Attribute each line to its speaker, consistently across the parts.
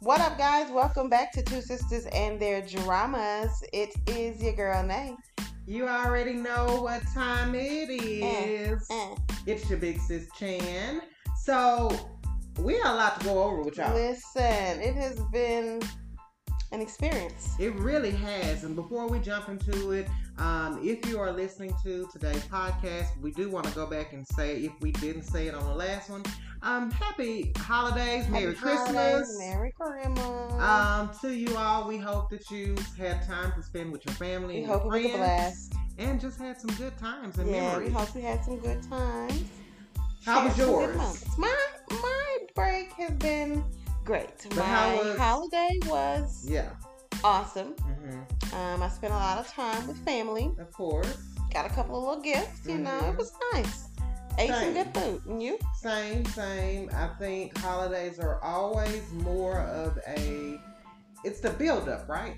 Speaker 1: What up, guys? Welcome back to Two Sisters and Their Dramas. It is your girl, Nay.
Speaker 2: You already know what time it is.
Speaker 1: Eh,
Speaker 2: It's your big sis Chan. So we got a lot to go over with y'all.
Speaker 1: Listen, it has been an experience.
Speaker 2: It really has. And before we jump into it, um, if you are listening to today's podcast, we do want to go back and say if we didn't say it on the last one, um, happy holidays, Merry
Speaker 1: Happy
Speaker 2: Christmas.
Speaker 1: holidays, Merry Christmas.
Speaker 2: um, to you all, we hope that you had time to spend with your family
Speaker 1: we
Speaker 2: and
Speaker 1: hope it
Speaker 2: your
Speaker 1: was a
Speaker 2: friends,
Speaker 1: blast.
Speaker 2: and just had some good times and
Speaker 1: Yeah,
Speaker 2: memories.
Speaker 1: we hope you had some good times.
Speaker 2: How
Speaker 1: Had
Speaker 2: was
Speaker 1: some good
Speaker 2: yours?
Speaker 1: moments. My my break has been great.
Speaker 2: But
Speaker 1: my
Speaker 2: how was-
Speaker 1: holiday was
Speaker 2: Yeah,
Speaker 1: awesome.
Speaker 2: hmm
Speaker 1: Um, I spent a lot of time with family.
Speaker 2: of course.
Speaker 1: Got a couple of little gifts. You know, it
Speaker 2: Mhm.
Speaker 1: was nice. Ate some
Speaker 2: Same.
Speaker 1: good food. And you?
Speaker 2: Same, same. I think holidays are always more of a it's the build up, right?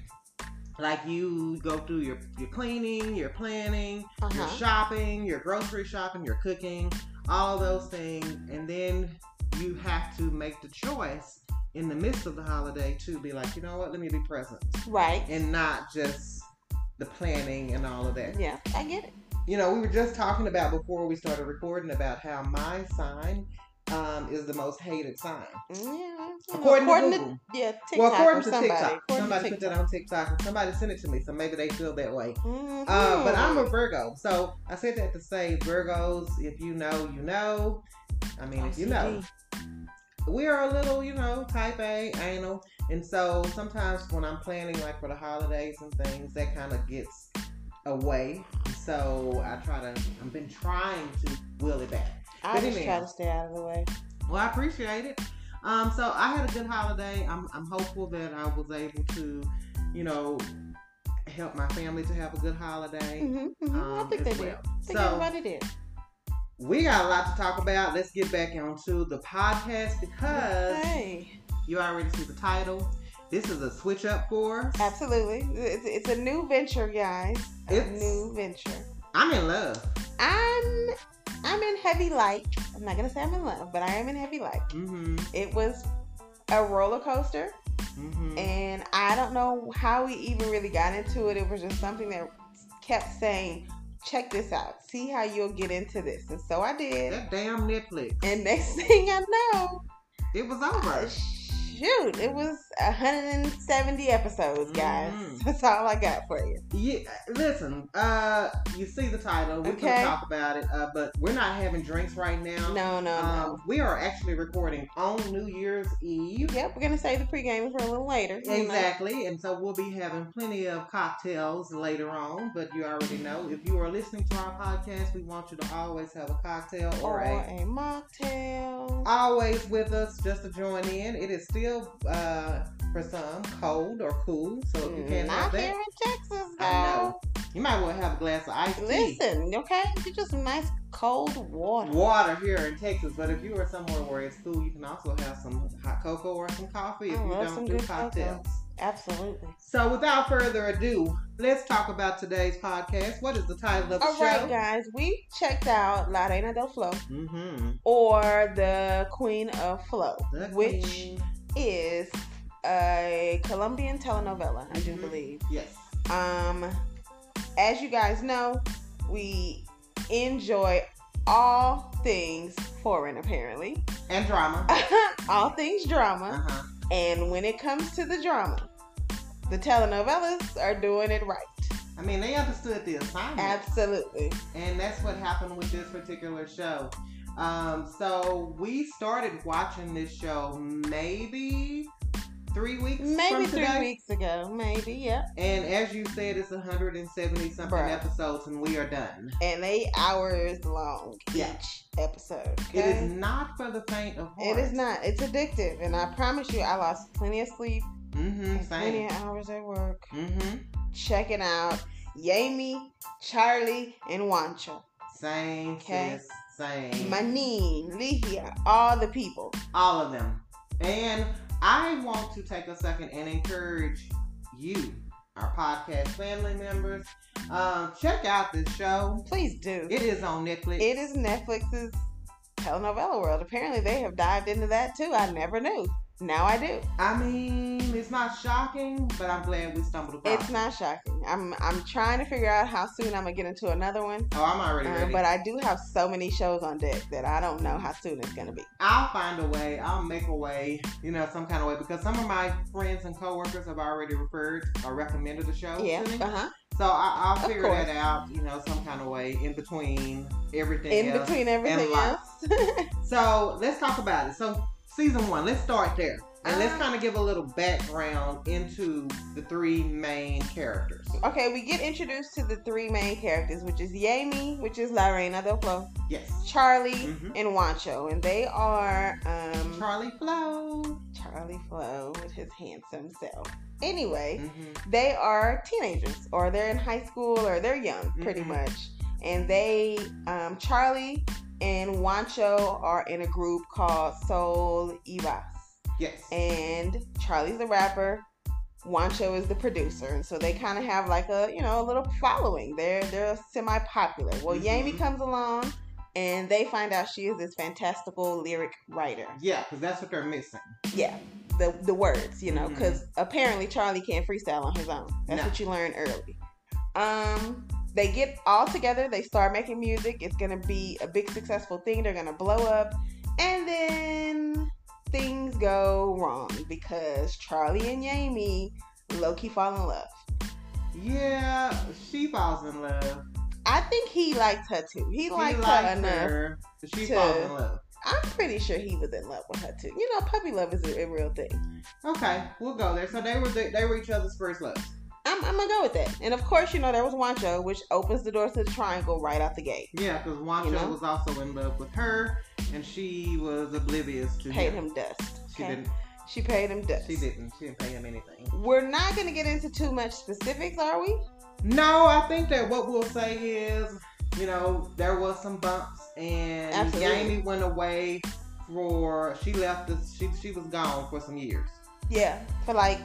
Speaker 2: Like you go through your your cleaning, your planning,
Speaker 1: Uh
Speaker 2: your
Speaker 1: huh.
Speaker 2: shopping, your grocery shopping, your cooking, all those things, and then you have to make the choice in the midst of the holiday to be like, you know what, let me be present
Speaker 1: Right.
Speaker 2: and not just the planning and all of that.
Speaker 1: Yeah, I get it.
Speaker 2: You know, we were just talking about before we started recording about how my sign um, is the most hated sign.
Speaker 1: Yeah. Mm, you know,
Speaker 2: According to Google.
Speaker 1: yeah, Hmm, TikTok
Speaker 2: well,
Speaker 1: or
Speaker 2: according to
Speaker 1: somebody.
Speaker 2: TikTok,
Speaker 1: According
Speaker 2: somebody
Speaker 1: to
Speaker 2: put that on TikTok, and somebody sent it to me, so maybe they feel that way.
Speaker 1: Mhm.
Speaker 2: Uh, but I'm a Virgo, so I said that to say, Virgos, if you know, you know. I mean, if you know,
Speaker 1: OCD.
Speaker 2: we are a little, you know, type A, anal, and so sometimes when I'm planning like for the holidays and things, that kind of gets away. So I try to, I've been trying to will it back.
Speaker 1: I
Speaker 2: What do you
Speaker 1: just
Speaker 2: mean?
Speaker 1: try to stay out of the way.
Speaker 2: Well, I appreciate it. Um, so I had a good holiday. I'm, I'm hopeful that I was able to, you know, help my family to have a good holiday.
Speaker 1: hmm I
Speaker 2: um,
Speaker 1: think they
Speaker 2: as
Speaker 1: did.
Speaker 2: well.
Speaker 1: I think
Speaker 2: So
Speaker 1: everybody did.
Speaker 2: we got a lot to talk about. Let's get back onto the podcast because
Speaker 1: Hey,
Speaker 2: you already see the title. This is a switch up for us.
Speaker 1: absolutely. It's, it's a new venture, guys. a
Speaker 2: It's-
Speaker 1: new venture.
Speaker 2: I'm in love.
Speaker 1: I'm I'm in heavy light. I'm not gonna say I'm in love, but I am in heavy light.
Speaker 2: Mm-hmm.
Speaker 1: It was a roller coaster,
Speaker 2: Mm-hmm.
Speaker 1: and I don't know how we even really got into it. It was just something that kept saying, "Check this out. See how you'll get into this." And so I did.
Speaker 2: that damn Netflix.
Speaker 1: And next thing I know,
Speaker 2: It was over.
Speaker 1: shoot, it was 170 episodes, guys.
Speaker 2: Mhm.
Speaker 1: That's all I got for you.
Speaker 2: Yeah, listen. Uh, you see the title. We
Speaker 1: Okay.
Speaker 2: can talk about it. Uh, but we're not having drinks right now.
Speaker 1: No, no, no.
Speaker 2: Um, we are actually recording on New Year's Eve.
Speaker 1: Yep, we're gonna save the pregame for a little later. you know.
Speaker 2: Exactly, and so we'll be having plenty of cocktails later on. But you already know if you are listening to our podcast, we want you to always have a cocktail
Speaker 1: Or
Speaker 2: or a
Speaker 1: a mocktail.
Speaker 2: always with us just to join in. It is still uh, for some cold or cool, so if you can't
Speaker 1: Not
Speaker 2: have
Speaker 1: Mm, here
Speaker 2: that,
Speaker 1: in Texas,
Speaker 2: I know.
Speaker 1: though.
Speaker 2: you might want to have a glass of iced tea.
Speaker 1: Listen, okay? Get just some nice cold water.
Speaker 2: Water here in Texas, but if you are somewhere where it's cool, you can also have some hot cocoa or some coffee if
Speaker 1: I
Speaker 2: you
Speaker 1: love
Speaker 2: don't
Speaker 1: Oh, some
Speaker 2: do
Speaker 1: good cocoa.
Speaker 2: cocktails.
Speaker 1: Absolutely.
Speaker 2: So, without further ado, let's talk about today's podcast. What is the title of the
Speaker 1: All
Speaker 2: show?
Speaker 1: right, guys. We checked out La Reina del Flow
Speaker 2: Mm-hmm.
Speaker 1: or the Queen of Flow, which is a Colombian telenovela, I do
Speaker 2: Mhm.
Speaker 1: believe.
Speaker 2: yes,
Speaker 1: Um, as you guys know, we enjoy all things foreign, apparently,
Speaker 2: and drama.
Speaker 1: Uh-huh. all things drama.
Speaker 2: Uh huh.
Speaker 1: And when it comes to the drama, the telenovelas are doing it right.
Speaker 2: I mean, they understood the assignment,
Speaker 1: Absolutely.
Speaker 2: and that's what happened with this particular show. Um, so we started watching this show maybe three weeks.
Speaker 1: Maybe
Speaker 2: from
Speaker 1: three
Speaker 2: today.
Speaker 1: weeks ago. Maybe, yeah.
Speaker 2: And as you said, it's 170 something
Speaker 1: Bruh.
Speaker 2: episodes, and we are done.
Speaker 1: And eight hours long
Speaker 2: Yeah.
Speaker 1: each episode.
Speaker 2: It
Speaker 1: Okay?
Speaker 2: is not for the faint of
Speaker 1: It
Speaker 2: heart.
Speaker 1: is not. It's addictive. And I promise you, I lost plenty of sleep,
Speaker 2: Mm-hmm.
Speaker 1: and plenty
Speaker 2: Same.
Speaker 1: of hours at work.
Speaker 2: Mm-hmm.
Speaker 1: Checking out Yami, Charlie, and Wancho.
Speaker 2: Same.
Speaker 1: Okay.
Speaker 2: Sis, same.
Speaker 1: Manine, Lihia, all the people.
Speaker 2: all of them. And I want to take a second and encourage you, our podcast family members, um, check out this show.
Speaker 1: Please do.
Speaker 2: It is on Netflix.
Speaker 1: It is Netflix's telenovela world. Apparently, they have dived into that too. I never knew. Now I do.
Speaker 2: I mean, it's not shocking, but I'm glad we stumbled upon
Speaker 1: It's
Speaker 2: it.
Speaker 1: not shocking. I'm I'm trying to figure out how soon I'm gonna get into another one.
Speaker 2: Oh, I'm already
Speaker 1: Um,
Speaker 2: ready.
Speaker 1: but I do have so many shows on deck that I don't know how soon it's gonna be.
Speaker 2: I'll find a way. I'll make a way, you know, some kind of way. Because some of my friends and coworkers have already referred or recommended the show
Speaker 1: Yeah.
Speaker 2: to me.
Speaker 1: Uh huh.
Speaker 2: So I, I'll
Speaker 1: Of
Speaker 2: figure
Speaker 1: course.
Speaker 2: that out, you know, some kind of way in between everything
Speaker 1: In
Speaker 2: else.
Speaker 1: between everything
Speaker 2: life.
Speaker 1: else.
Speaker 2: So let's talk about it. So season one, let's start there. And let's
Speaker 1: Uh.
Speaker 2: kind of give a little background into the three main characters.
Speaker 1: Okay, we get introduced to the three main characters, which is Yami, which is Lorena del Flo,
Speaker 2: Yes.
Speaker 1: Charlie,
Speaker 2: Mhm.
Speaker 1: and Wancho. And they are um,
Speaker 2: Charlie Flo.
Speaker 1: Charlie Flo with his handsome self. Anyway,
Speaker 2: Mm-hmm.
Speaker 1: they are teenagers, or they're in high school, or they're young, pretty
Speaker 2: Mhm.
Speaker 1: much. And they, um, Charlie and Wancho are in a group called Soul Evas
Speaker 2: Yes.
Speaker 1: and Charlie's the rapper, Wancho is the producer, and so they kind of have like a you know a little following. They're they're semi popular. Well,
Speaker 2: Mhm.
Speaker 1: Yami comes along, and they find out she is this fantastical lyric writer.
Speaker 2: yeah, because that's what they're missing.
Speaker 1: Yeah, the the words, you know,
Speaker 2: Mhm.
Speaker 1: because apparently Charlie can't freestyle on his own. That's
Speaker 2: No.
Speaker 1: what you learn early. Um. They get all together. They start making music. It's gonna be a big successful thing. They're gonna blow up, and then things go wrong because Charlie and Yami Loki fall in love.
Speaker 2: Yeah, she falls in love.
Speaker 1: I think he liked her too. He
Speaker 2: He
Speaker 1: liked her
Speaker 2: likes
Speaker 1: enough.
Speaker 2: her. but She
Speaker 1: to-
Speaker 2: falls in love.
Speaker 1: I'm pretty sure he was in love with her too. You know, puppy love is a, a real thing.
Speaker 2: Okay, we'll go there. So they were they, they were each other's first loves.
Speaker 1: I'm, I'm gonna go with that. And of course, you know, there was Wancho, which opens the door to the triangle right out the gate.
Speaker 2: Yeah, because Wancho
Speaker 1: You know?
Speaker 2: was also in love with her, and she was oblivious to
Speaker 1: Paid
Speaker 2: him.
Speaker 1: him dust.
Speaker 2: She
Speaker 1: okay?
Speaker 2: didn't.
Speaker 1: She paid him dust.
Speaker 2: She didn't. She didn't pay him anything.
Speaker 1: We're not gonna get into too much specifics, are we?
Speaker 2: No, I think that what we'll say is, you know, there was some bumps, and
Speaker 1: Absolutely.
Speaker 2: Jamie went away for. She left. us she she was gone for some years.
Speaker 1: Yeah. For like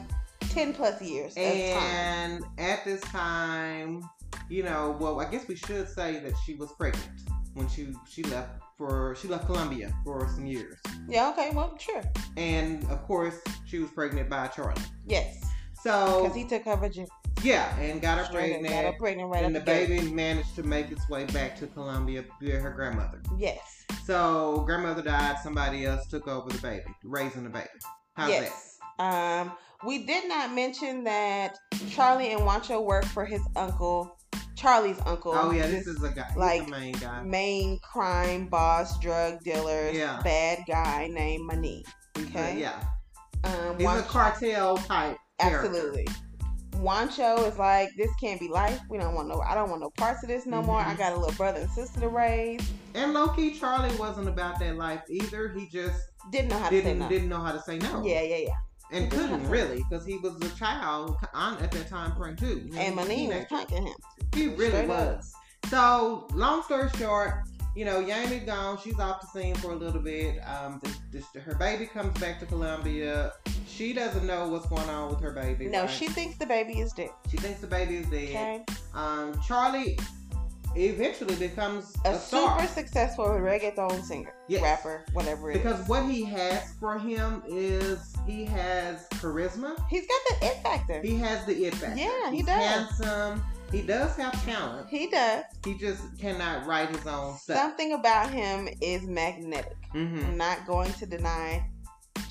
Speaker 1: ten plus years of time.
Speaker 2: And at this time, you know, well, I guess we should say that she was pregnant when she she left for she left Columbia for some years,
Speaker 1: Yeah. Okay. Well, sure.
Speaker 2: and of course she was pregnant by Charlie.
Speaker 1: Yes.
Speaker 2: So
Speaker 1: Because he took her virginity.
Speaker 2: yeah, and Oh. got her
Speaker 1: Straight up,
Speaker 2: pregnant,
Speaker 1: Got her pregnant right
Speaker 2: and
Speaker 1: out
Speaker 2: the
Speaker 1: the gate.
Speaker 2: baby managed to make its way back to Columbia via her grandmother.
Speaker 1: Yes.
Speaker 2: So grandmother died, somebody else took over the baby, raising the baby. How's
Speaker 1: yes. Um, we did not mention that Charlie and Wancho work for his uncle, Charlie's uncle.
Speaker 2: that? Oh yeah, this is a guy, like
Speaker 1: like,
Speaker 2: the main guy.
Speaker 1: main crime boss, drug dealer,
Speaker 2: Yeah.
Speaker 1: bad guy named Mani.
Speaker 2: He's a-
Speaker 1: okay.
Speaker 2: yeah,
Speaker 1: Um,
Speaker 2: he's a
Speaker 1: Wancho-
Speaker 2: cartel type. character.
Speaker 1: absolutely. Wancho is like, this can't be life. We don't want no. I don't want no parts of this no more.
Speaker 2: Mhm.
Speaker 1: I got a little brother and sister to raise.
Speaker 2: And low key, Charlie wasn't about that life either. He just
Speaker 1: Didn't know how to say
Speaker 2: didn't
Speaker 1: no.
Speaker 2: didn't know how to say no.
Speaker 1: Yeah, yeah, yeah.
Speaker 2: and
Speaker 1: He just
Speaker 2: couldn't
Speaker 1: had to-
Speaker 2: really because he was a child on at that time frame too. Mm-hmm. He
Speaker 1: And
Speaker 2: was a
Speaker 1: Mani was
Speaker 2: teenager.
Speaker 1: punking him.
Speaker 2: he really
Speaker 1: Straight up.
Speaker 2: was. So long story short, you know, Yami gone. She's off the scene for a little bit. Um, this, this, her baby comes back to Columbia. She doesn't know what's going on with her baby.
Speaker 1: No,
Speaker 2: right?
Speaker 1: she thinks the baby is dead.
Speaker 2: she thinks the baby is dead.
Speaker 1: Okay.
Speaker 2: Um, Charlie eventually becomes a,
Speaker 1: a
Speaker 2: star.
Speaker 1: super successful reggaeton singer,
Speaker 2: Yes.
Speaker 1: rapper, whatever it is.
Speaker 2: Because what he has for him is he has charisma.
Speaker 1: He's got the it factor. He,
Speaker 2: He has the it factor.
Speaker 1: Yeah, he
Speaker 2: He's
Speaker 1: does.
Speaker 2: Handsome. He does have talent.
Speaker 1: does.
Speaker 2: He just cannot write his own stuff.
Speaker 1: Something about him is magnetic.
Speaker 2: Mm-hmm.
Speaker 1: I'm not going to deny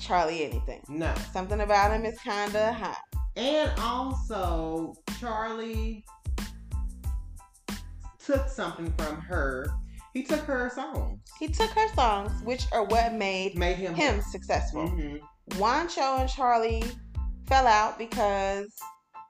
Speaker 1: Charlie anything.
Speaker 2: No.
Speaker 1: Something about him is kind of hot.
Speaker 2: And also, Charlie took something from her. He took her songs.
Speaker 1: He took her songs, which are what made
Speaker 2: Made him.
Speaker 1: him successful.
Speaker 2: hmm
Speaker 1: Wancho and Charlie fell out because,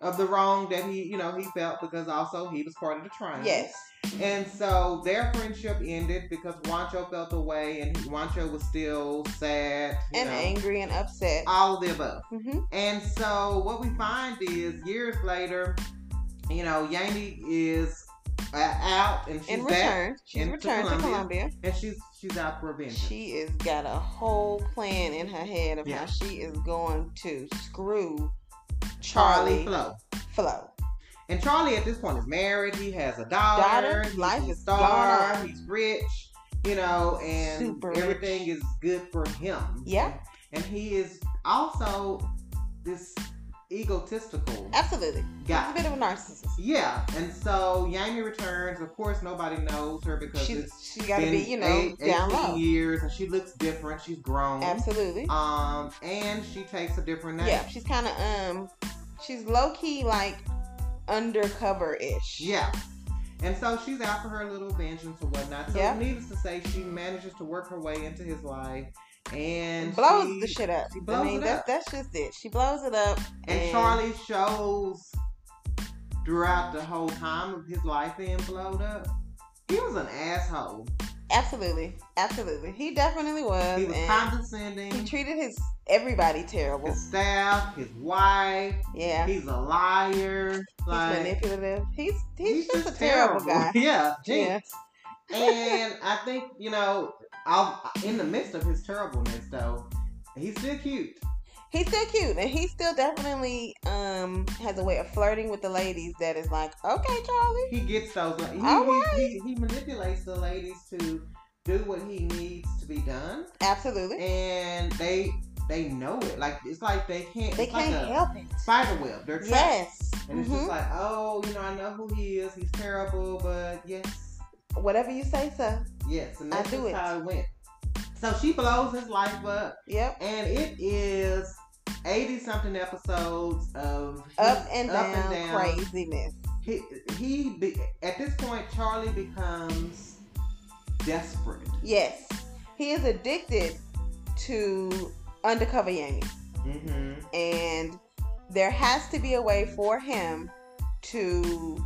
Speaker 2: Of the wrong that he, you know, he felt because also he was part of the triangle.
Speaker 1: yes,
Speaker 2: And so their friendship ended because Wancho felt away and Wancho was still sad you
Speaker 1: and
Speaker 2: know,
Speaker 1: angry and upset.
Speaker 2: All of the above.
Speaker 1: hmm
Speaker 2: And so what we find is years later, you know, Yandy is uh, out and she's
Speaker 1: In
Speaker 2: back
Speaker 1: return, she's
Speaker 2: into
Speaker 1: returned to
Speaker 2: Colombia.
Speaker 1: Colombia.
Speaker 2: and she's she's out for revenge.
Speaker 1: She is got a whole plan in her head of
Speaker 2: Yeah.
Speaker 1: how she is going to screw Charlie,
Speaker 2: Charlie Flo.
Speaker 1: Flo.
Speaker 2: And Charlie at this point is married. He has a daughter.
Speaker 1: Daughter,
Speaker 2: he's
Speaker 1: life
Speaker 2: a
Speaker 1: is
Speaker 2: star.
Speaker 1: gone on.
Speaker 2: He's rich, you know, and
Speaker 1: Super
Speaker 2: everything
Speaker 1: rich.
Speaker 2: is good for him.
Speaker 1: Yeah.
Speaker 2: And he is also this egotistical
Speaker 1: Absolutely. She's a
Speaker 2: guy.
Speaker 1: bit of a narcissist.
Speaker 2: Yeah, and so Yami returns. Of course, nobody knows her because
Speaker 1: She's
Speaker 2: it's
Speaker 1: she gotta
Speaker 2: been
Speaker 1: be, you know,
Speaker 2: eight-
Speaker 1: down
Speaker 2: 18
Speaker 1: low.
Speaker 2: years, and she looks different. She's grown.
Speaker 1: Absolutely.
Speaker 2: Um, and she takes a different name.
Speaker 1: Yeah, she's kind of um, she's low key like undercover ish.
Speaker 2: Yeah. And so she's out for her little vengeance or whatnot. So
Speaker 1: Yeah.
Speaker 2: needless to say, she manages to work her way into his life and
Speaker 1: blows
Speaker 2: she-
Speaker 1: the shit up.
Speaker 2: she blows
Speaker 1: I mean,
Speaker 2: it
Speaker 1: that's
Speaker 2: up.
Speaker 1: that's just it. She blows it up,
Speaker 2: And
Speaker 1: and-
Speaker 2: Charlie shows throughout the whole time of his life being blowed up. He was an asshole.
Speaker 1: Absolutely, absolutely. He definitely was.
Speaker 2: He was
Speaker 1: and he
Speaker 2: condescending.
Speaker 1: treated his everybody terrible.
Speaker 2: His staff, his wife.
Speaker 1: Yeah, he's
Speaker 2: He's a liar. Like
Speaker 1: manipulative. He's he's, just, a terrible, guy.
Speaker 2: Yeah, jinx.
Speaker 1: Yeah,
Speaker 2: and I think you know, I'll, in the midst of his terribleness, though, he's still cute.
Speaker 1: he's still cute, and he still definitely um has a way of flirting with the ladies that is like, okay, Charlie,
Speaker 2: He gets those. He,
Speaker 1: All
Speaker 2: he, he, he manipulates the ladies to do what he needs to be done,
Speaker 1: absolutely.
Speaker 2: and they they know it. Like it's like they can't.
Speaker 1: They
Speaker 2: it's
Speaker 1: can't
Speaker 2: like a
Speaker 1: help it.
Speaker 2: Spider web. They're trapped.
Speaker 1: Yes.
Speaker 2: And it's
Speaker 1: Mhm.
Speaker 2: just like, oh, you know, I know who he is. He's terrible, but yes,
Speaker 1: Whatever you say, sir.
Speaker 2: yes, and
Speaker 1: I
Speaker 2: that's
Speaker 1: do
Speaker 2: just
Speaker 1: it.
Speaker 2: how it went. So she blows his life up.
Speaker 1: Yep.
Speaker 2: and it is 80 something episodes of
Speaker 1: Up and, down,
Speaker 2: down.
Speaker 1: craziness.
Speaker 2: He, he be, at this point, Charlie becomes desperate.
Speaker 1: Yes. He is addicted to undercover Yami.
Speaker 2: Mm-hmm.
Speaker 1: And there has to be a way for him to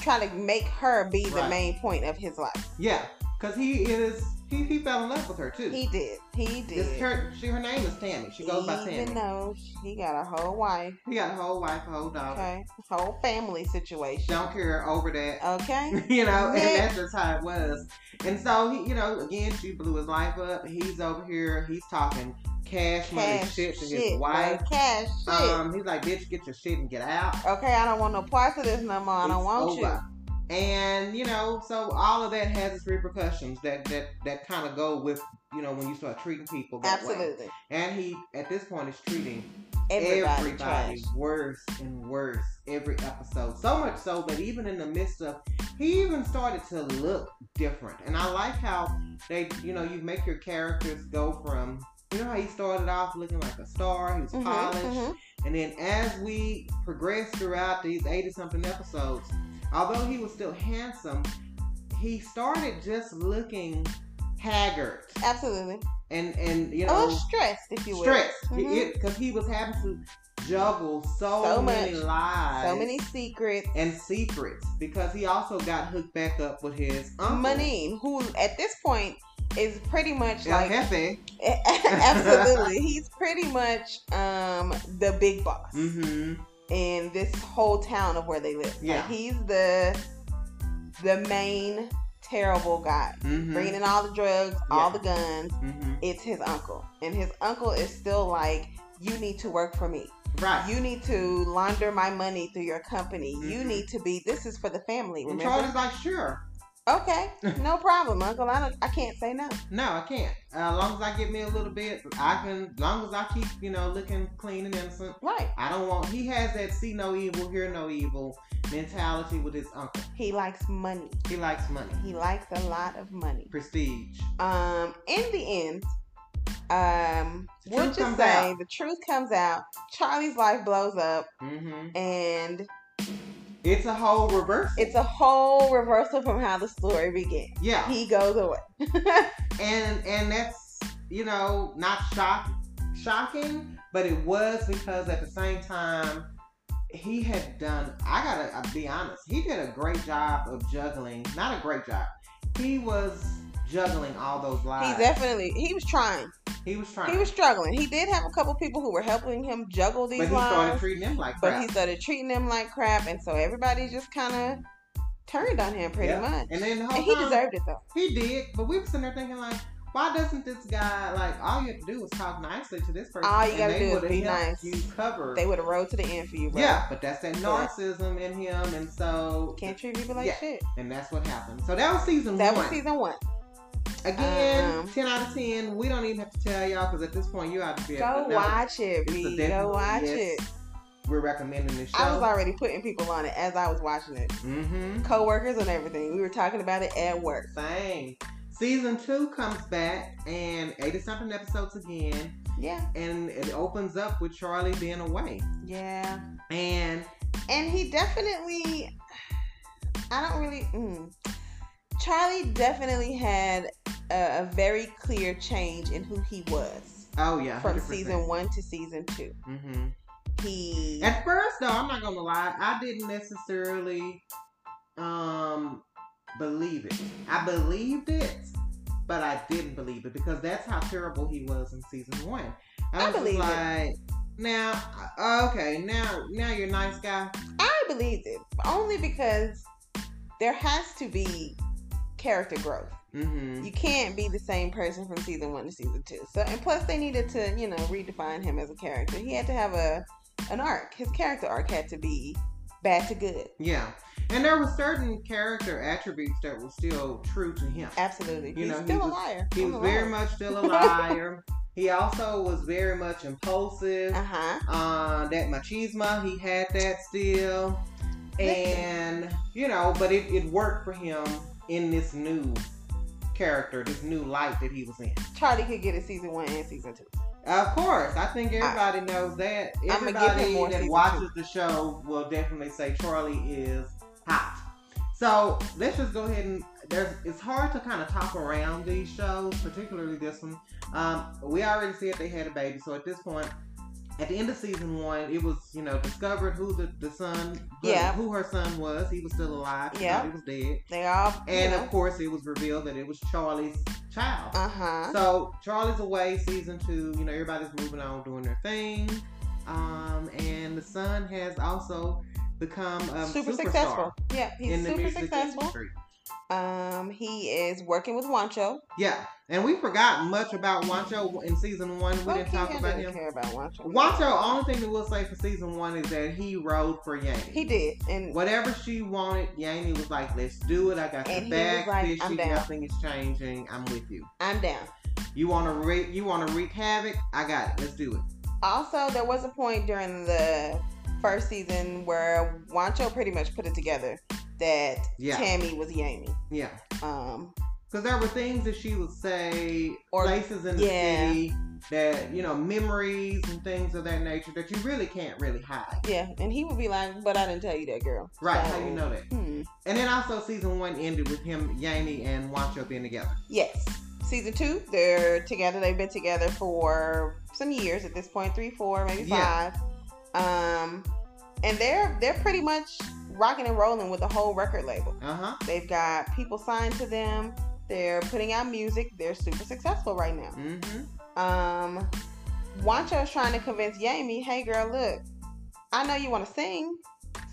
Speaker 1: try to make her be the
Speaker 2: Right.
Speaker 1: main point of his life.
Speaker 2: Yeah, because he is he, he fell in love with her too.
Speaker 1: He did. He
Speaker 2: This
Speaker 1: did.
Speaker 2: her, she her name is Tammy. She goes by
Speaker 1: Even
Speaker 2: Tammy.
Speaker 1: though he got a whole wife,
Speaker 2: He got a whole wife, a whole daughter.
Speaker 1: okay, whole family situation,
Speaker 2: Don't care over that.
Speaker 1: okay,
Speaker 2: you know, and
Speaker 1: Nick.
Speaker 2: that's just how it was. And so he, you know, again, she blew his life up. He's over here. He's talking cash money
Speaker 1: cash
Speaker 2: shit to his
Speaker 1: shit,
Speaker 2: wife.
Speaker 1: like, cash shit.
Speaker 2: Um, he's like, bitch, get your shit and get out.
Speaker 1: okay, I don't want no parts of this no more. I don't
Speaker 2: It's
Speaker 1: want you.
Speaker 2: over. And you know, so all of that has its repercussions that that that kind of go with you know when you start treating people. That Way.
Speaker 1: Absolutely.
Speaker 2: And he at this point is treating
Speaker 1: Everybody, trash.
Speaker 2: worse and worse every episode. So much so that even in the midst of, he even started to look different. And I like how they, you know, you make your characters go from, you know, how he started off looking like a star, he was
Speaker 1: Mhm,
Speaker 2: polished,
Speaker 1: mhm.
Speaker 2: and then as we progressed throughout these 80 something episodes, although he was still handsome, he started just looking haggard
Speaker 1: Absolutely.
Speaker 2: and and you
Speaker 1: a
Speaker 2: know
Speaker 1: little stressed, if Oh, you will.
Speaker 2: stressed
Speaker 1: Mhm.
Speaker 2: because he was having to juggle so,
Speaker 1: So
Speaker 2: many
Speaker 1: much.
Speaker 2: lies
Speaker 1: So many secrets.
Speaker 2: and secrets because he also got hooked back up with his uncle
Speaker 1: Manin, who at this point is pretty much
Speaker 2: El
Speaker 1: like
Speaker 2: Jefe.
Speaker 1: absolutely, he's pretty much um the big boss
Speaker 2: hmm
Speaker 1: in this whole town of where they live. Like,
Speaker 2: Yeah.
Speaker 1: he's the the main terrible guy,
Speaker 2: hmm
Speaker 1: bringing in all the drugs, all the
Speaker 2: Yeah.
Speaker 1: guns.
Speaker 2: hmm
Speaker 1: It's his uncle, and his uncle is still like, "You need to work for me."
Speaker 2: Right.
Speaker 1: You need to launder my money through your company. You
Speaker 2: Mhm.
Speaker 1: need to be. This is for the family.
Speaker 2: and
Speaker 1: Remember?
Speaker 2: Charlie's like, sure.
Speaker 1: Okay, no problem, Uncle. I don't. I can't say no.
Speaker 2: No, I can't. Uh, as long as I get me a little bit, I can. As long as I keep, you know, looking clean and innocent.
Speaker 1: Right.
Speaker 2: I don't want. He has that see no evil, hear no evil mentality with his uncle.
Speaker 1: He likes money.
Speaker 2: He likes money,
Speaker 1: He likes a lot of money.
Speaker 2: prestige.
Speaker 1: Um, in the end, um,
Speaker 2: The
Speaker 1: we'll
Speaker 2: truth
Speaker 1: just
Speaker 2: comes
Speaker 1: say
Speaker 2: out.
Speaker 1: the truth comes out. Charlie's life blows up,
Speaker 2: hmm
Speaker 1: and
Speaker 2: It's a whole reverse.
Speaker 1: it's a whole reversal from how the story began.
Speaker 2: yeah,
Speaker 1: He goes away.
Speaker 2: and and that's you know not shock shocking, but it was because at the same time he had done. I gotta uh, be honest. He did a great job of juggling. Not a great job. He was juggling all those
Speaker 1: He
Speaker 2: lives.
Speaker 1: definitely he was trying.
Speaker 2: he was trying.
Speaker 1: He was struggling. He did have a couple people who were helping him juggle these
Speaker 2: but he started
Speaker 1: lines,
Speaker 2: treating him like
Speaker 1: but
Speaker 2: crap.
Speaker 1: he started treating them like crap, and so everybody just kind of turned on him pretty
Speaker 2: Yeah.
Speaker 1: much.
Speaker 2: and um, then the whole
Speaker 1: And he
Speaker 2: time,
Speaker 1: deserved it though.
Speaker 2: He did, but we were sitting there thinking like, why doesn't this guy like? All you have to do is talk nicely to this person.
Speaker 1: All you
Speaker 2: and
Speaker 1: gotta
Speaker 2: they
Speaker 1: do is
Speaker 2: would've
Speaker 1: be nice.
Speaker 2: helped You cover.
Speaker 1: They would have rode to the end for you, bro.
Speaker 2: yeah, but that's that narcissism in him, and so
Speaker 1: Can't treat people like
Speaker 2: Yeah.
Speaker 1: shit.
Speaker 2: and that's what happened. So that was season
Speaker 1: That
Speaker 2: one.
Speaker 1: was season one.
Speaker 2: Again,
Speaker 1: Um,
Speaker 2: 10 out of 10. We don't even have to tell y'all because at this point, you ought to be
Speaker 1: Go
Speaker 2: able to know.
Speaker 1: watch it,
Speaker 2: It's a
Speaker 1: B.
Speaker 2: definite
Speaker 1: Go watch
Speaker 2: yes.
Speaker 1: it.
Speaker 2: We're recommending this show.
Speaker 1: I was already putting people on it as I was watching it.
Speaker 2: Mm-hmm.
Speaker 1: Coworkers and everything. We were talking about it at work.
Speaker 2: Same. Season two comes back and 80 something episodes again.
Speaker 1: Yeah.
Speaker 2: And it opens up with Charlie being away.
Speaker 1: Yeah.
Speaker 2: And
Speaker 1: And he definitely, I don't really, mm. Charlie definitely had a, a very clear change in who he was
Speaker 2: oh, yeah.
Speaker 1: from season one to season two.
Speaker 2: Mm-hmm.
Speaker 1: He,
Speaker 2: At first, though, I'm not gonna lie, I didn't necessarily um believe it. I believed it, but I didn't believe it because that's how terrible he was in season one.
Speaker 1: I
Speaker 2: I was
Speaker 1: believe it.
Speaker 2: just like, now, uh, okay, now, now you're a nice guy.
Speaker 1: I believed it only because there has to be character growth.
Speaker 2: Mm-hmm.
Speaker 1: You can't be the same person from season one to season two. So, and plus, they needed to, you know, redefine him as a character. He had to have a an arc. His character arc had to be bad to good.
Speaker 2: Yeah, and there were certain character attributes that were still true to him.
Speaker 1: Absolutely.
Speaker 2: You
Speaker 1: He's
Speaker 2: know, he
Speaker 1: still
Speaker 2: was-
Speaker 1: a liar.
Speaker 2: He was very much still a liar. he also was very much impulsive.
Speaker 1: Uh huh.
Speaker 2: uh, that machismo. He had that still.
Speaker 1: Listen.
Speaker 2: And, you know, but it, it worked for him in this new character, this new light that he was in.
Speaker 1: Charlie could get a season one and season two.
Speaker 2: Of course, I think everybody knows that.
Speaker 1: I'ma give him
Speaker 2: Everybody
Speaker 1: more
Speaker 2: that
Speaker 1: season
Speaker 2: watches the show will definitely say Charlie is hot. So let's just go ahead and there's it's hard to kind of talk around these shows, particularly this one. Um, we already said they had a baby, so at this point, at the end of season one, it was you know discovered who the, the son, who-
Speaker 1: Yeah.
Speaker 2: who her son was. He was still alive. She
Speaker 1: Yeah.
Speaker 2: thought he was dead,
Speaker 1: They all.
Speaker 2: and of course, it was revealed that it was Charlie's child.
Speaker 1: uh huh.
Speaker 2: So Charlie's away, season two. You know, everybody's moving on, doing their thing. Um, and the son has also become a
Speaker 1: super
Speaker 2: um, superstar
Speaker 1: successful. Yeah, he's
Speaker 2: in the
Speaker 1: super
Speaker 2: music
Speaker 1: successful.
Speaker 2: industry.
Speaker 1: Um, he is working with Wancho.
Speaker 2: Yeah, and we forgot much about Wancho in season one. We didn't
Speaker 1: Okay,
Speaker 2: talk
Speaker 1: I
Speaker 2: about
Speaker 1: didn't
Speaker 2: him.
Speaker 1: care about Wancho.
Speaker 2: Wancho. Only thing that we'll say for season one is that he rode for Yanny.
Speaker 1: He did, and
Speaker 2: Whatever she wanted, Yanny was like, "Let's do it. I got
Speaker 1: And
Speaker 2: your
Speaker 1: he
Speaker 2: back,
Speaker 1: was like,
Speaker 2: fishy.
Speaker 1: I'm down.
Speaker 2: Nothing is changing. I'm with you.
Speaker 1: I'm down.
Speaker 2: You want to re- you want to wreak havoc? I got it. Let's do it."
Speaker 1: Also, there was a point during the first season where Wancho pretty much put it together that
Speaker 2: Yeah.
Speaker 1: Tammy was Yami.
Speaker 2: Yeah.
Speaker 1: Um,
Speaker 2: Because there were things that she would say,
Speaker 1: Or-
Speaker 2: places in the
Speaker 1: yeah.
Speaker 2: city that, you know, memories and things of that nature that you really can't really hide.
Speaker 1: yeah, and he would be like, "But I didn't tell you that, girl."
Speaker 2: Right,
Speaker 1: So,
Speaker 2: how you know that.
Speaker 1: Hmm.
Speaker 2: And then also season one ended with him, Yaney, and Wancho being together.
Speaker 1: Yes. Season two, they're together. They've been together for some years at this point, three, four, maybe
Speaker 2: Yeah.
Speaker 1: five. Um, and they're they're pretty much rocking and rolling with the whole record label.
Speaker 2: Uh-huh.
Speaker 1: They've got people signed to them. They're putting out music. They're super successful right now.
Speaker 2: Mm-hmm.
Speaker 1: Um, Wancho's trying to convince Yami, hey girl, look, I know you want to sing,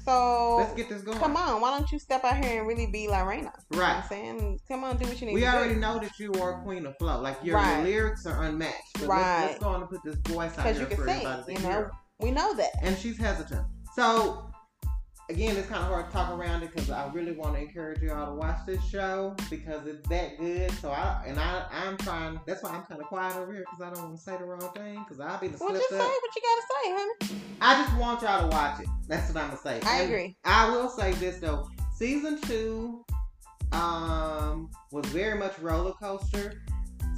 Speaker 1: so
Speaker 2: Let's get this going.
Speaker 1: Oh, come on, why don't you step out here and really be Lorena? You know what
Speaker 2: Right.
Speaker 1: I'm saying, come on, do what you need
Speaker 2: We
Speaker 1: to
Speaker 2: already
Speaker 1: do.
Speaker 2: know that you are queen of flow. Like your
Speaker 1: Right.
Speaker 2: lyrics are unmatched. But
Speaker 1: Right.
Speaker 2: let's, let's go on and put this voice out
Speaker 1: 'Cause
Speaker 2: here
Speaker 1: you can
Speaker 2: for
Speaker 1: sing,
Speaker 2: everybody to
Speaker 1: you know?
Speaker 2: hear.
Speaker 1: We know that.
Speaker 2: and she's hesitant. So again, it's kind of hard to talk around it because I really want to encourage you all to watch this show because it's that good. So I and I I'm trying. That's why I'm kind of quiet over here because I don't want to say the wrong thing because I'll be the
Speaker 1: Well,
Speaker 2: slip
Speaker 1: just say
Speaker 2: up.
Speaker 1: what you gotta say, honey.
Speaker 2: I just want y'all to watch it. That's what I'm gonna say.
Speaker 1: I
Speaker 2: And
Speaker 1: agree.
Speaker 2: I will say this though, season two um was very much roller coaster.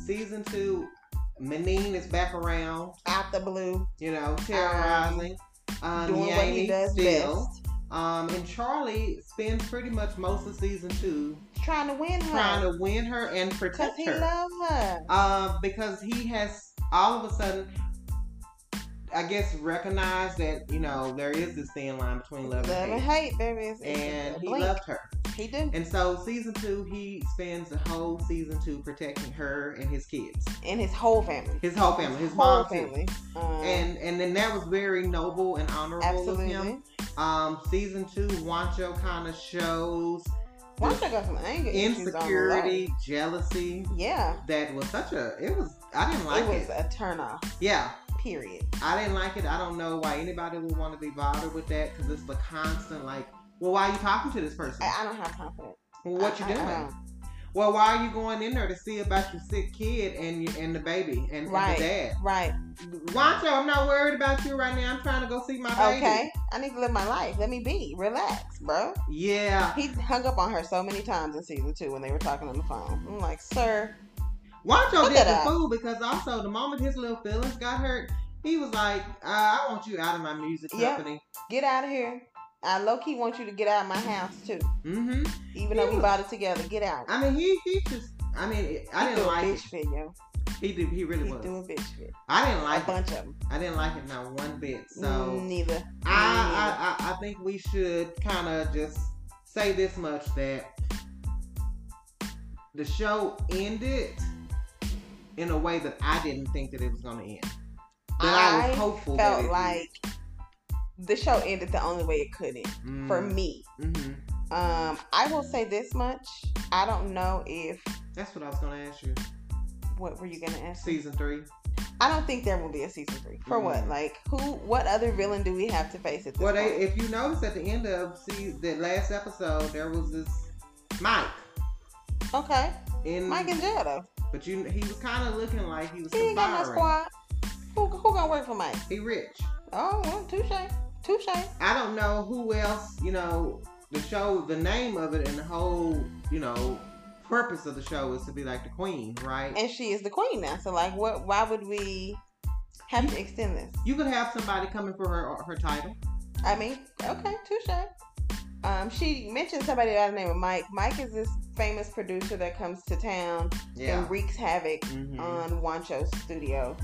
Speaker 2: Season two, Menine is back around.
Speaker 1: Out the blue,
Speaker 2: You know, terrorizing. Um,
Speaker 1: Um, doing what he
Speaker 2: Yanny
Speaker 1: does
Speaker 2: still.
Speaker 1: best,
Speaker 2: Um, and Charlie spends pretty much most of season two
Speaker 1: trying to win
Speaker 2: trying
Speaker 1: her
Speaker 2: to win her and
Speaker 1: because
Speaker 2: protect
Speaker 1: he
Speaker 2: her.
Speaker 1: loves her.
Speaker 2: Uh, because he has all of a sudden, I guess, recognized that you know there is this thin line between love,
Speaker 1: Love and
Speaker 2: and
Speaker 1: hate, baby. It's,
Speaker 2: hate,
Speaker 1: it's
Speaker 2: and
Speaker 1: a
Speaker 2: he
Speaker 1: blink.
Speaker 2: loved her.
Speaker 1: He did,
Speaker 2: And so season two, he spends the whole season two protecting her and his kids,
Speaker 1: and his whole family,
Speaker 2: his whole family, his,
Speaker 1: whole
Speaker 2: mom too.
Speaker 1: family, um,
Speaker 2: And and then that was very noble and honorable of him.
Speaker 1: absolutely.
Speaker 2: Um, season two, Wancho kind of shows
Speaker 1: Wanda got some anger issues on the low.
Speaker 2: insecurity, jealousy.
Speaker 1: Yeah,
Speaker 2: That was such a. It was. I didn't like
Speaker 1: it
Speaker 2: it.
Speaker 1: was a turn off.
Speaker 2: Yeah,
Speaker 1: Period.
Speaker 2: I didn't like it. I don't know why anybody would want to be bothered with that because it's the constant like. Well, why are you talking to this person?
Speaker 1: I, I don't have confidence.
Speaker 2: well, what you
Speaker 1: I- um, I
Speaker 2: doing?
Speaker 1: don't.
Speaker 2: Well, why are you going in there to see about your sick kid and you, and the baby and,
Speaker 1: Right.
Speaker 2: and the dad?
Speaker 1: Right.
Speaker 2: Wancho, I'm not worried about you right now. I'm trying to go see my baby.
Speaker 1: Okay. I need to live my life. Let me be. Relax, bro.
Speaker 2: Yeah.
Speaker 1: He hung up on her so many times in season two when they were talking on the phone. I'm like, sir.
Speaker 2: Wancho
Speaker 1: Look
Speaker 2: did
Speaker 1: at
Speaker 2: the
Speaker 1: her.
Speaker 2: fool because also the moment his little feelings got hurt, he was like, uh, I want you out of my music
Speaker 1: Yep.
Speaker 2: company.
Speaker 1: get out of here. I low key want you to get out of my house too.
Speaker 2: Mm-hmm.
Speaker 1: Even though we
Speaker 2: Yeah.
Speaker 1: bought it together, get out.
Speaker 2: I mean, he he just. I mean, it, I
Speaker 1: He
Speaker 2: didn't
Speaker 1: threw a
Speaker 2: like
Speaker 1: bitch
Speaker 2: it.
Speaker 1: fit, yo.
Speaker 2: He did. He really
Speaker 1: He
Speaker 2: was.
Speaker 1: threw a bitch fit.
Speaker 2: I didn't
Speaker 1: A
Speaker 2: like it.
Speaker 1: bunch Mm-hmm. of them.
Speaker 2: I didn't like it not one bit. So.
Speaker 1: Neither.
Speaker 2: I, I, I, I think we should kind of just say this much that the show ended in a way that I didn't think that it was going to end. That I,
Speaker 1: I
Speaker 2: was hopeful that
Speaker 1: Felt
Speaker 2: it
Speaker 1: like the show ended the only way it could end
Speaker 2: would.
Speaker 1: for
Speaker 2: Mm,
Speaker 1: me.
Speaker 2: mhm.
Speaker 1: Um, I will say this much. I don't know if
Speaker 2: That's what I was going to ask you.
Speaker 1: what were you gonna ask?
Speaker 2: Season three.
Speaker 1: I don't think there will be a season three. For what?
Speaker 2: Mm.
Speaker 1: Like who? What other villain do we have to face at this
Speaker 2: Well, they,
Speaker 1: point?
Speaker 2: if you notice at the end of see the last episode, there was this Mike
Speaker 1: okay,
Speaker 2: in,
Speaker 1: Mike in jail though.
Speaker 2: but you he was kind of looking like he was
Speaker 1: He ain't got no
Speaker 2: conspiring.
Speaker 1: squad. Who, who gonna work for Mike?
Speaker 2: He rich.
Speaker 1: Oh, well, touche, touche.
Speaker 2: I don't know who else, you know, the show, the name of it, and the whole, you know, purpose of the show is to be like the queen, right?
Speaker 1: And she is the queen now. So like, what? Why would we have to extend this?
Speaker 2: you could have somebody coming for her her title.
Speaker 1: I mean, okay, touche. Um, she mentioned somebody by the name of Mike. Mike is this famous producer that comes to town and wreaks havoc
Speaker 2: hmm
Speaker 1: on Wancho's studio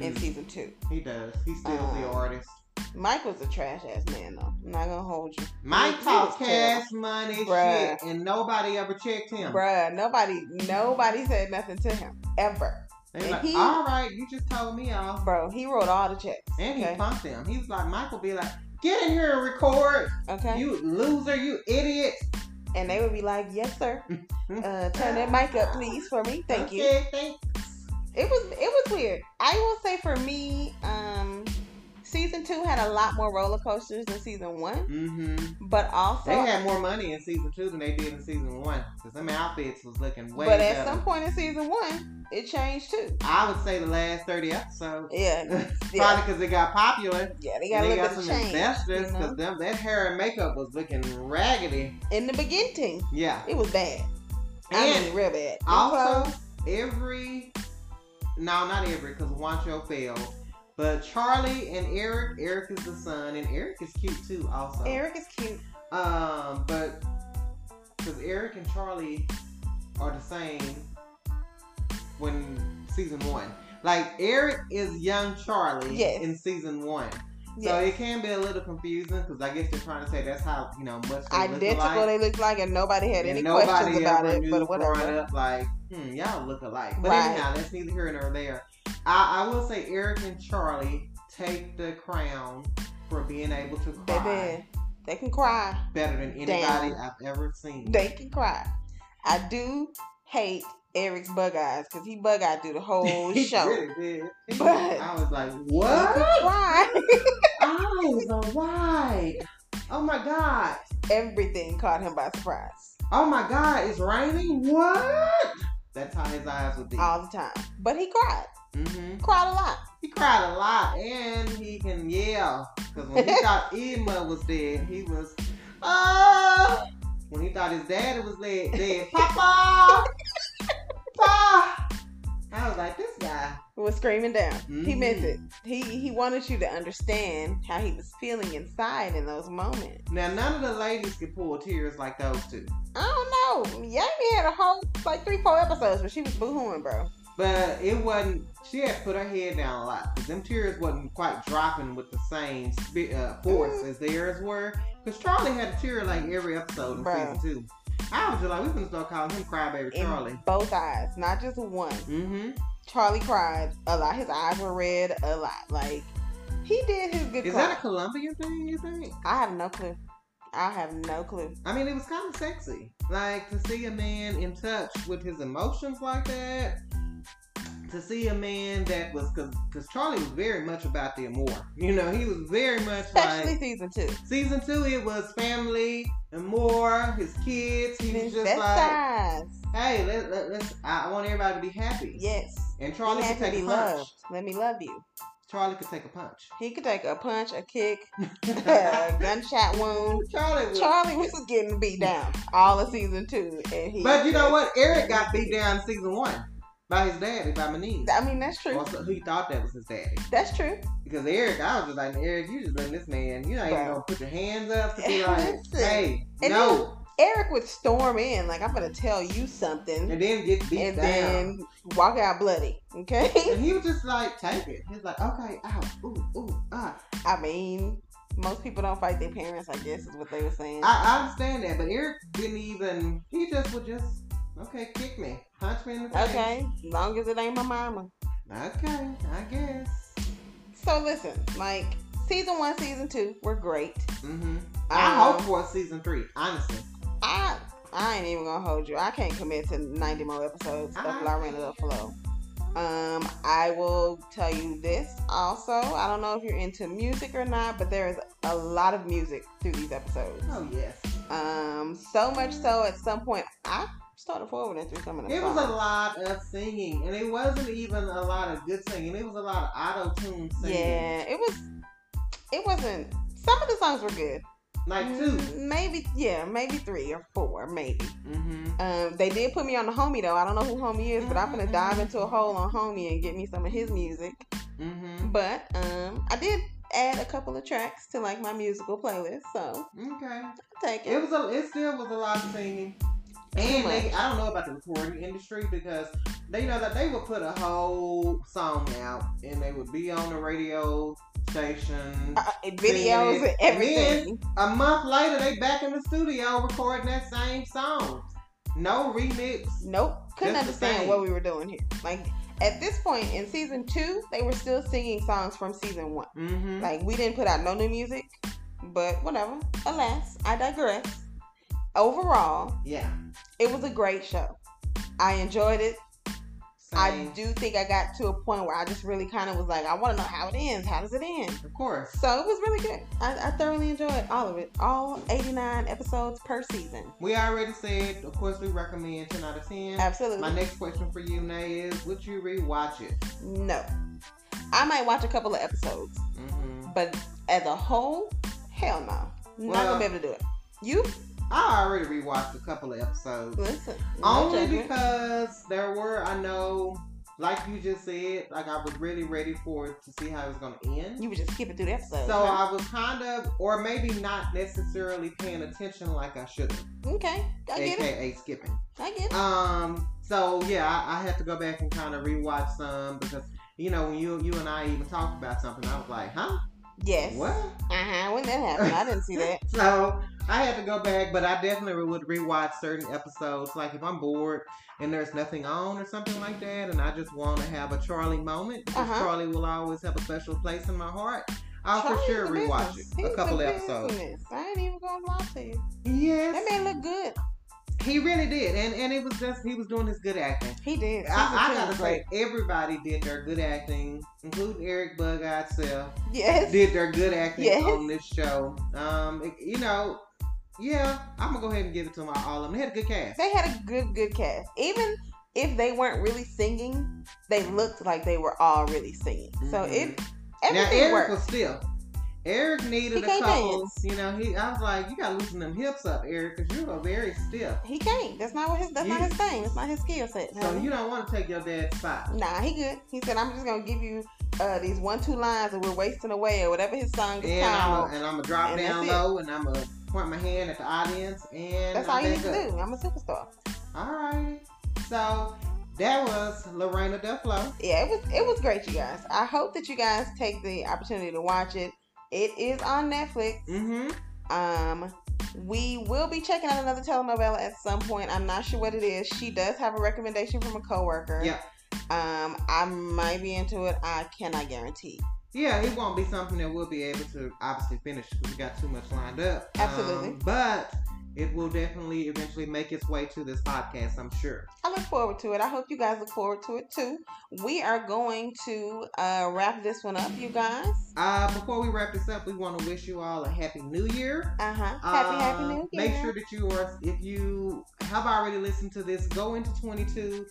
Speaker 1: in season two.
Speaker 2: Mm-hmm. He does. He's still the
Speaker 1: Um,
Speaker 2: artist.
Speaker 1: Mike was a trash ass man though. I'm not gonna hold you,
Speaker 2: Mike
Speaker 1: he
Speaker 2: talks
Speaker 1: was
Speaker 2: cash money
Speaker 1: Bruh.
Speaker 2: shit, and nobody ever checked him.
Speaker 1: bruh. Nobody, nobody said nothing to him ever,
Speaker 2: They
Speaker 1: And
Speaker 2: like,
Speaker 1: he-
Speaker 2: all right, you just told me off.
Speaker 1: bro. He wrote all the checks.
Speaker 2: And he
Speaker 1: okay,
Speaker 2: punked him. He was like, Michael be like, get in here and record.
Speaker 1: okay.
Speaker 2: You loser, you idiot.
Speaker 1: and they would be like, "Yes, sir. Uh, turn that mic up, please, for me. Thank you."
Speaker 2: Okay, thank
Speaker 1: It was it was weird. I will say for me, um, season two had a lot more roller coasters than season one,
Speaker 2: Mm-hmm.
Speaker 1: but also,
Speaker 2: They had more money in season two than they did in season one because them outfits was looking way
Speaker 1: but
Speaker 2: better.
Speaker 1: at some point in season one, it changed too.
Speaker 2: I would say the last 30 episodes.
Speaker 1: Yeah,
Speaker 2: Probably 'cause
Speaker 1: yeah,
Speaker 2: because it got popular.
Speaker 1: yeah. They got
Speaker 2: and
Speaker 1: a
Speaker 2: they
Speaker 1: little
Speaker 2: got
Speaker 1: bit of
Speaker 2: some
Speaker 1: change.
Speaker 2: investors
Speaker 1: you know?
Speaker 2: because them that hair and makeup was looking raggedy.
Speaker 1: In the beginning,
Speaker 2: Yeah.
Speaker 1: it was bad. I
Speaker 2: And
Speaker 1: mean, real bad. Them
Speaker 2: also,
Speaker 1: clothes-
Speaker 2: every no, not every because Wancho failed. But Charlie and Eric, Eric is the son, and Eric is cute too, also.
Speaker 1: Eric is cute.
Speaker 2: Um, but because Eric and Charlie are the same when season one. Like Eric is young Charlie
Speaker 1: Yes.
Speaker 2: in season one, so
Speaker 1: Yeah,
Speaker 2: it can be a little confusing because I guess they're trying to say that's how you know much they look
Speaker 1: identical.
Speaker 2: alike.
Speaker 1: They looked like, and nobody had
Speaker 2: And
Speaker 1: any
Speaker 2: nobody
Speaker 1: questions about
Speaker 2: ever
Speaker 1: it.
Speaker 2: knew
Speaker 1: But whatever.
Speaker 2: growing up like hmm, y'all look alike. But
Speaker 1: Right.
Speaker 2: anyhow, that's neither here nor there. I, I will say Eric and Charlie take the crown for being able to cry
Speaker 1: Baby, they can cry.
Speaker 2: better than anybody
Speaker 1: Damn.
Speaker 2: I've ever seen.
Speaker 1: They can cry. I do hate Eric's bug eyes because he bug eyed through the whole
Speaker 2: He
Speaker 1: show.
Speaker 2: really did.
Speaker 1: But-
Speaker 2: I was like,
Speaker 1: He
Speaker 2: what?
Speaker 1: can cry.
Speaker 2: Eyes are wide. Oh my god.
Speaker 1: Everything caught him by surprise
Speaker 2: Oh my god, it's raining. What? That's how his eyes would be.
Speaker 1: all the time. But he cried.
Speaker 2: hmm
Speaker 1: Cried a lot.
Speaker 2: He cried a lot, and he can yell. Cause when he thought Emma was dead, he was, oh. When he thought his daddy was dead, dead, Papa, Pa. I was like, this guy.
Speaker 1: He was screaming down. He
Speaker 2: Mhm.
Speaker 1: meant it. He he wanted you to understand how he was feeling inside in those moments.
Speaker 2: Now none of the ladies could pull tears like those two.
Speaker 1: I don't know. Yami had a whole like three, four episodes where she was boohooing, bro.
Speaker 2: But it wasn't. She had to put her head down a lot. 'cause Them tears wasn't quite dropping with the same spi- uh, force
Speaker 1: Mm.
Speaker 2: as theirs were. Cause Charlie had a tear like every episode in
Speaker 1: Bruh.
Speaker 2: season two. I was just like, we gonna start calling him Crybaby
Speaker 1: In
Speaker 2: Charlie.
Speaker 1: both eyes, not just one.
Speaker 2: Mm-hmm.
Speaker 1: Charlie cried a lot. His eyes were red a lot. Like he did his good.
Speaker 2: Is
Speaker 1: cry.
Speaker 2: that a Colombian thing? You think?
Speaker 1: I have no clue. I have no clue.
Speaker 2: I mean, it was kind of sexy, like to see a man in touch with his emotions like that. to see a man that was because Charlie was very much about the amour. You know, he was very much
Speaker 1: Especially
Speaker 2: like
Speaker 1: season two.
Speaker 2: season two. It was family and more his kids. He was
Speaker 1: His
Speaker 2: just
Speaker 1: best
Speaker 2: like,
Speaker 1: times.
Speaker 2: hey, let, let, let's. I want everybody to be happy.
Speaker 1: Yes.
Speaker 2: And
Speaker 1: He
Speaker 2: Charlie
Speaker 1: had
Speaker 2: could
Speaker 1: to
Speaker 2: take
Speaker 1: be
Speaker 2: a punch.
Speaker 1: loved. Let me love you.
Speaker 2: Charlie could take a punch.
Speaker 1: He could take a punch, a kick, a gunshot wound.
Speaker 2: Charlie was.
Speaker 1: Charlie was getting beat down all of season two, and he.
Speaker 2: But you know what? Eric got beat down in season one by his daddy, by Manine.
Speaker 1: I mean, that's true.
Speaker 2: Also, he thought that was his daddy.
Speaker 1: That's true.
Speaker 2: Because Eric, I was just like, Eric, you just letting this man, you're not even
Speaker 1: Bro.
Speaker 2: gonna put your hands up to be like,
Speaker 1: Listen.
Speaker 2: hey,
Speaker 1: And
Speaker 2: no.
Speaker 1: Eric would storm in like, "I'm gonna tell you something,"
Speaker 2: and then get beat
Speaker 1: and
Speaker 2: down.
Speaker 1: then walk out bloody. Okay.
Speaker 2: and he was just like, take it. He's like, okay, ow, ooh, ooh, ah.
Speaker 1: I mean, most people don't fight their parents. I guess is what they were saying.
Speaker 2: I, I understand that, but Eric didn't even, he just would just, okay, kick me, punch me in the face.
Speaker 1: okay, as long as it ain't my mama.
Speaker 2: Okay, I guess.
Speaker 1: So listen, like season one, season two were great.
Speaker 2: hmm I
Speaker 1: Um,
Speaker 2: hope for season three, honestly.
Speaker 1: I I ain't even gonna hold you. I can't commit to 90 more episodes of
Speaker 2: I-
Speaker 1: Lorena the Flow. Um, I will tell you this also. I don't know if you're into music or not, but there is a lot of music through these episodes.
Speaker 2: Oh, yes.
Speaker 1: Um, so much so at some point I started forwarding through some of the
Speaker 2: It was
Speaker 1: songs.
Speaker 2: a lot of singing, and it wasn't even a lot of good singing. It was a lot of auto tune singing.
Speaker 1: yeah, it was. It wasn't. Some of the songs were good.
Speaker 2: Like 2
Speaker 1: Maybe yeah, maybe three or four, maybe.
Speaker 2: Mm-hmm.
Speaker 1: Um, they did put me on the homie though. I don't know who homie is, but I'm gonna dive into a hole on homie and get me some of his music.
Speaker 2: Mm-hmm.
Speaker 1: But um, I did add a couple of tracks to like my musical playlist, so
Speaker 2: Mm-hmm. Okay.
Speaker 1: I'll take
Speaker 2: It
Speaker 1: it.
Speaker 2: was a. It still was a lot of singing. And they, I don't know about the recording industry because they know that they would put a whole song out and they would be on the radio station.
Speaker 1: Uh, videos and everything.
Speaker 2: a month later, they back in the studio recording that same song. No remix.
Speaker 1: Nope, couldn't
Speaker 2: That's the
Speaker 1: understand
Speaker 2: thing.
Speaker 1: what we were doing here. Like at this point in season two, they were still singing songs from season one.
Speaker 2: Mm-hmm.
Speaker 1: Like we didn't put out no new music, but whatever. Alas, I digress. Overall,
Speaker 2: yeah.
Speaker 1: it was a great show. I enjoyed it. I
Speaker 2: Same.
Speaker 1: do think I got to a point where I just really kind of was like, I want to know how it ends. How does it end?
Speaker 2: Of course.
Speaker 1: So it was really good. I, I thoroughly enjoyed all of it. All 89 episodes per season.
Speaker 2: We already said, of course, we recommend 10 out of 10. My
Speaker 1: Absolutely.
Speaker 2: next question for you, Nay, is would you rewatch it?
Speaker 1: No. I might watch a couple of episodes,
Speaker 2: Mm-hmm.
Speaker 1: but as a whole, hell no. Not
Speaker 2: Well-
Speaker 1: gonna be able to do it. You
Speaker 2: I already rewatched a couple of episodes.
Speaker 1: listen. no
Speaker 2: Only
Speaker 1: judgment.
Speaker 2: because there were, I know, like you just said, like I was really ready for it to see how it was going to end.
Speaker 1: you were just skipping through the episodes.
Speaker 2: So
Speaker 1: huh?
Speaker 2: I was kind of, or maybe not necessarily paying attention like I should have,
Speaker 1: okay, I get it.
Speaker 2: aka skipping.
Speaker 1: I get it.
Speaker 2: Um. So yeah, I, I had to go back and kind of rewatch some because you know when you you and I even talked about something, I was like, huh,
Speaker 1: Yes.
Speaker 2: what?
Speaker 1: Uh huh. When that happened, I didn't see that.
Speaker 2: So I had to go back, but I definitely would rewatch certain episodes. Like if I'm bored and there's nothing on or something like that, and I just want to have a Charlie moment, because
Speaker 1: Uh-huh.
Speaker 2: Charlie will always have a special place in my heart. I'll
Speaker 1: Charlie's
Speaker 2: for sure
Speaker 1: the
Speaker 2: rewatch
Speaker 1: business.
Speaker 2: it
Speaker 1: He's
Speaker 2: a couple
Speaker 1: the
Speaker 2: episodes.
Speaker 1: business. I ain't even gonna lie to you. That
Speaker 2: Yes,
Speaker 1: man looked good.
Speaker 2: he really did, and and it was just he was doing his good acting.
Speaker 1: He did.
Speaker 2: I, I
Speaker 1: Season two
Speaker 2: gotta
Speaker 1: was
Speaker 2: say, everybody did their good acting, including Eric Bug Eyed Self,
Speaker 1: Yes.
Speaker 2: did their good acting
Speaker 1: Yes.
Speaker 2: on this show. Um, it- you know, yeah, I'm gonna go ahead and give it to my all of them. They had a good cast.
Speaker 1: They had a good, good cast. Even if they weren't really singing, they looked like they were all really singing. So
Speaker 2: Mhm.
Speaker 1: it
Speaker 2: now
Speaker 1: everything
Speaker 2: Eric
Speaker 1: worked.
Speaker 2: was still. Eric
Speaker 1: He
Speaker 2: needed a
Speaker 1: can't
Speaker 2: couple.
Speaker 1: dance.
Speaker 2: You know, he. I was like, you gotta loosen them hips up, Eric, because you are very stiff.
Speaker 1: he can't. That's not what his. That's not
Speaker 2: You-
Speaker 1: his thing. That's not his skill set.
Speaker 2: So you don't want to take your dad's spot.
Speaker 1: nah, he good. He said, "I'm just gonna give you uh, these one, two lines that we're wasting away or whatever his song is
Speaker 2: And I'm
Speaker 1: called."
Speaker 2: gonna and I'm drop
Speaker 1: And
Speaker 2: down
Speaker 1: that's it.
Speaker 2: low, and I'm gonna point my hand at the audience, and
Speaker 1: That's
Speaker 2: I'm
Speaker 1: all you
Speaker 2: back
Speaker 1: need to
Speaker 2: up.
Speaker 1: do. I'm a superstar.
Speaker 2: All right. So that was Lorena Dufflo.
Speaker 1: yeah, it was it was great, you guys. I hope that you guys take the opportunity to watch it. It is on Netflix.
Speaker 2: Mm-hmm.
Speaker 1: Um, we will be checking out another telenovela at some point. I'm not sure what it is. She does have a recommendation from a coworker.
Speaker 2: Yeah.
Speaker 1: Um, I might be into it. I cannot guarantee.
Speaker 2: Yeah, it won't be something that we'll be able to obviously finish because we got too much lined up. Um,
Speaker 1: Absolutely.
Speaker 2: but it will definitely eventually make its way to this podcast, I'm sure.
Speaker 1: I look forward to it. I hope you guys look forward to it too. We are going to uh, wrap this one up, you guys.
Speaker 2: Uh, before we wrap this up, we want to wish you all a happy new year.
Speaker 1: Uh huh. Happy, happy
Speaker 2: Uh,
Speaker 1: new year.
Speaker 2: Make sure that you are, if you have already listened to this, go into 22,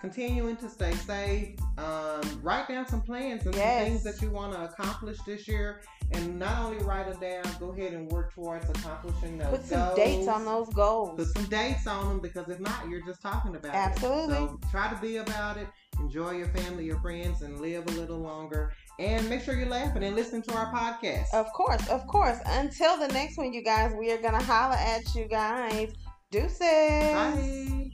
Speaker 2: continuing to stay safe. Um, write down some plans and
Speaker 1: Yes.
Speaker 2: some things that you want to accomplish this year. And not only write them down, go ahead and work towards accomplishing those
Speaker 1: put some
Speaker 2: goals.
Speaker 1: dates on those
Speaker 2: Put
Speaker 1: goals.
Speaker 2: some dates on them because if not, you're just talking about it.
Speaker 1: Absolutely.
Speaker 2: So try to be about it. Enjoy your family, your friends, and live a little longer. And make sure you're laughing and listening to our podcast.
Speaker 1: Of course, of course. Until the next one, you guys, we are gonna holla at you guys. Deuces.
Speaker 2: Bye.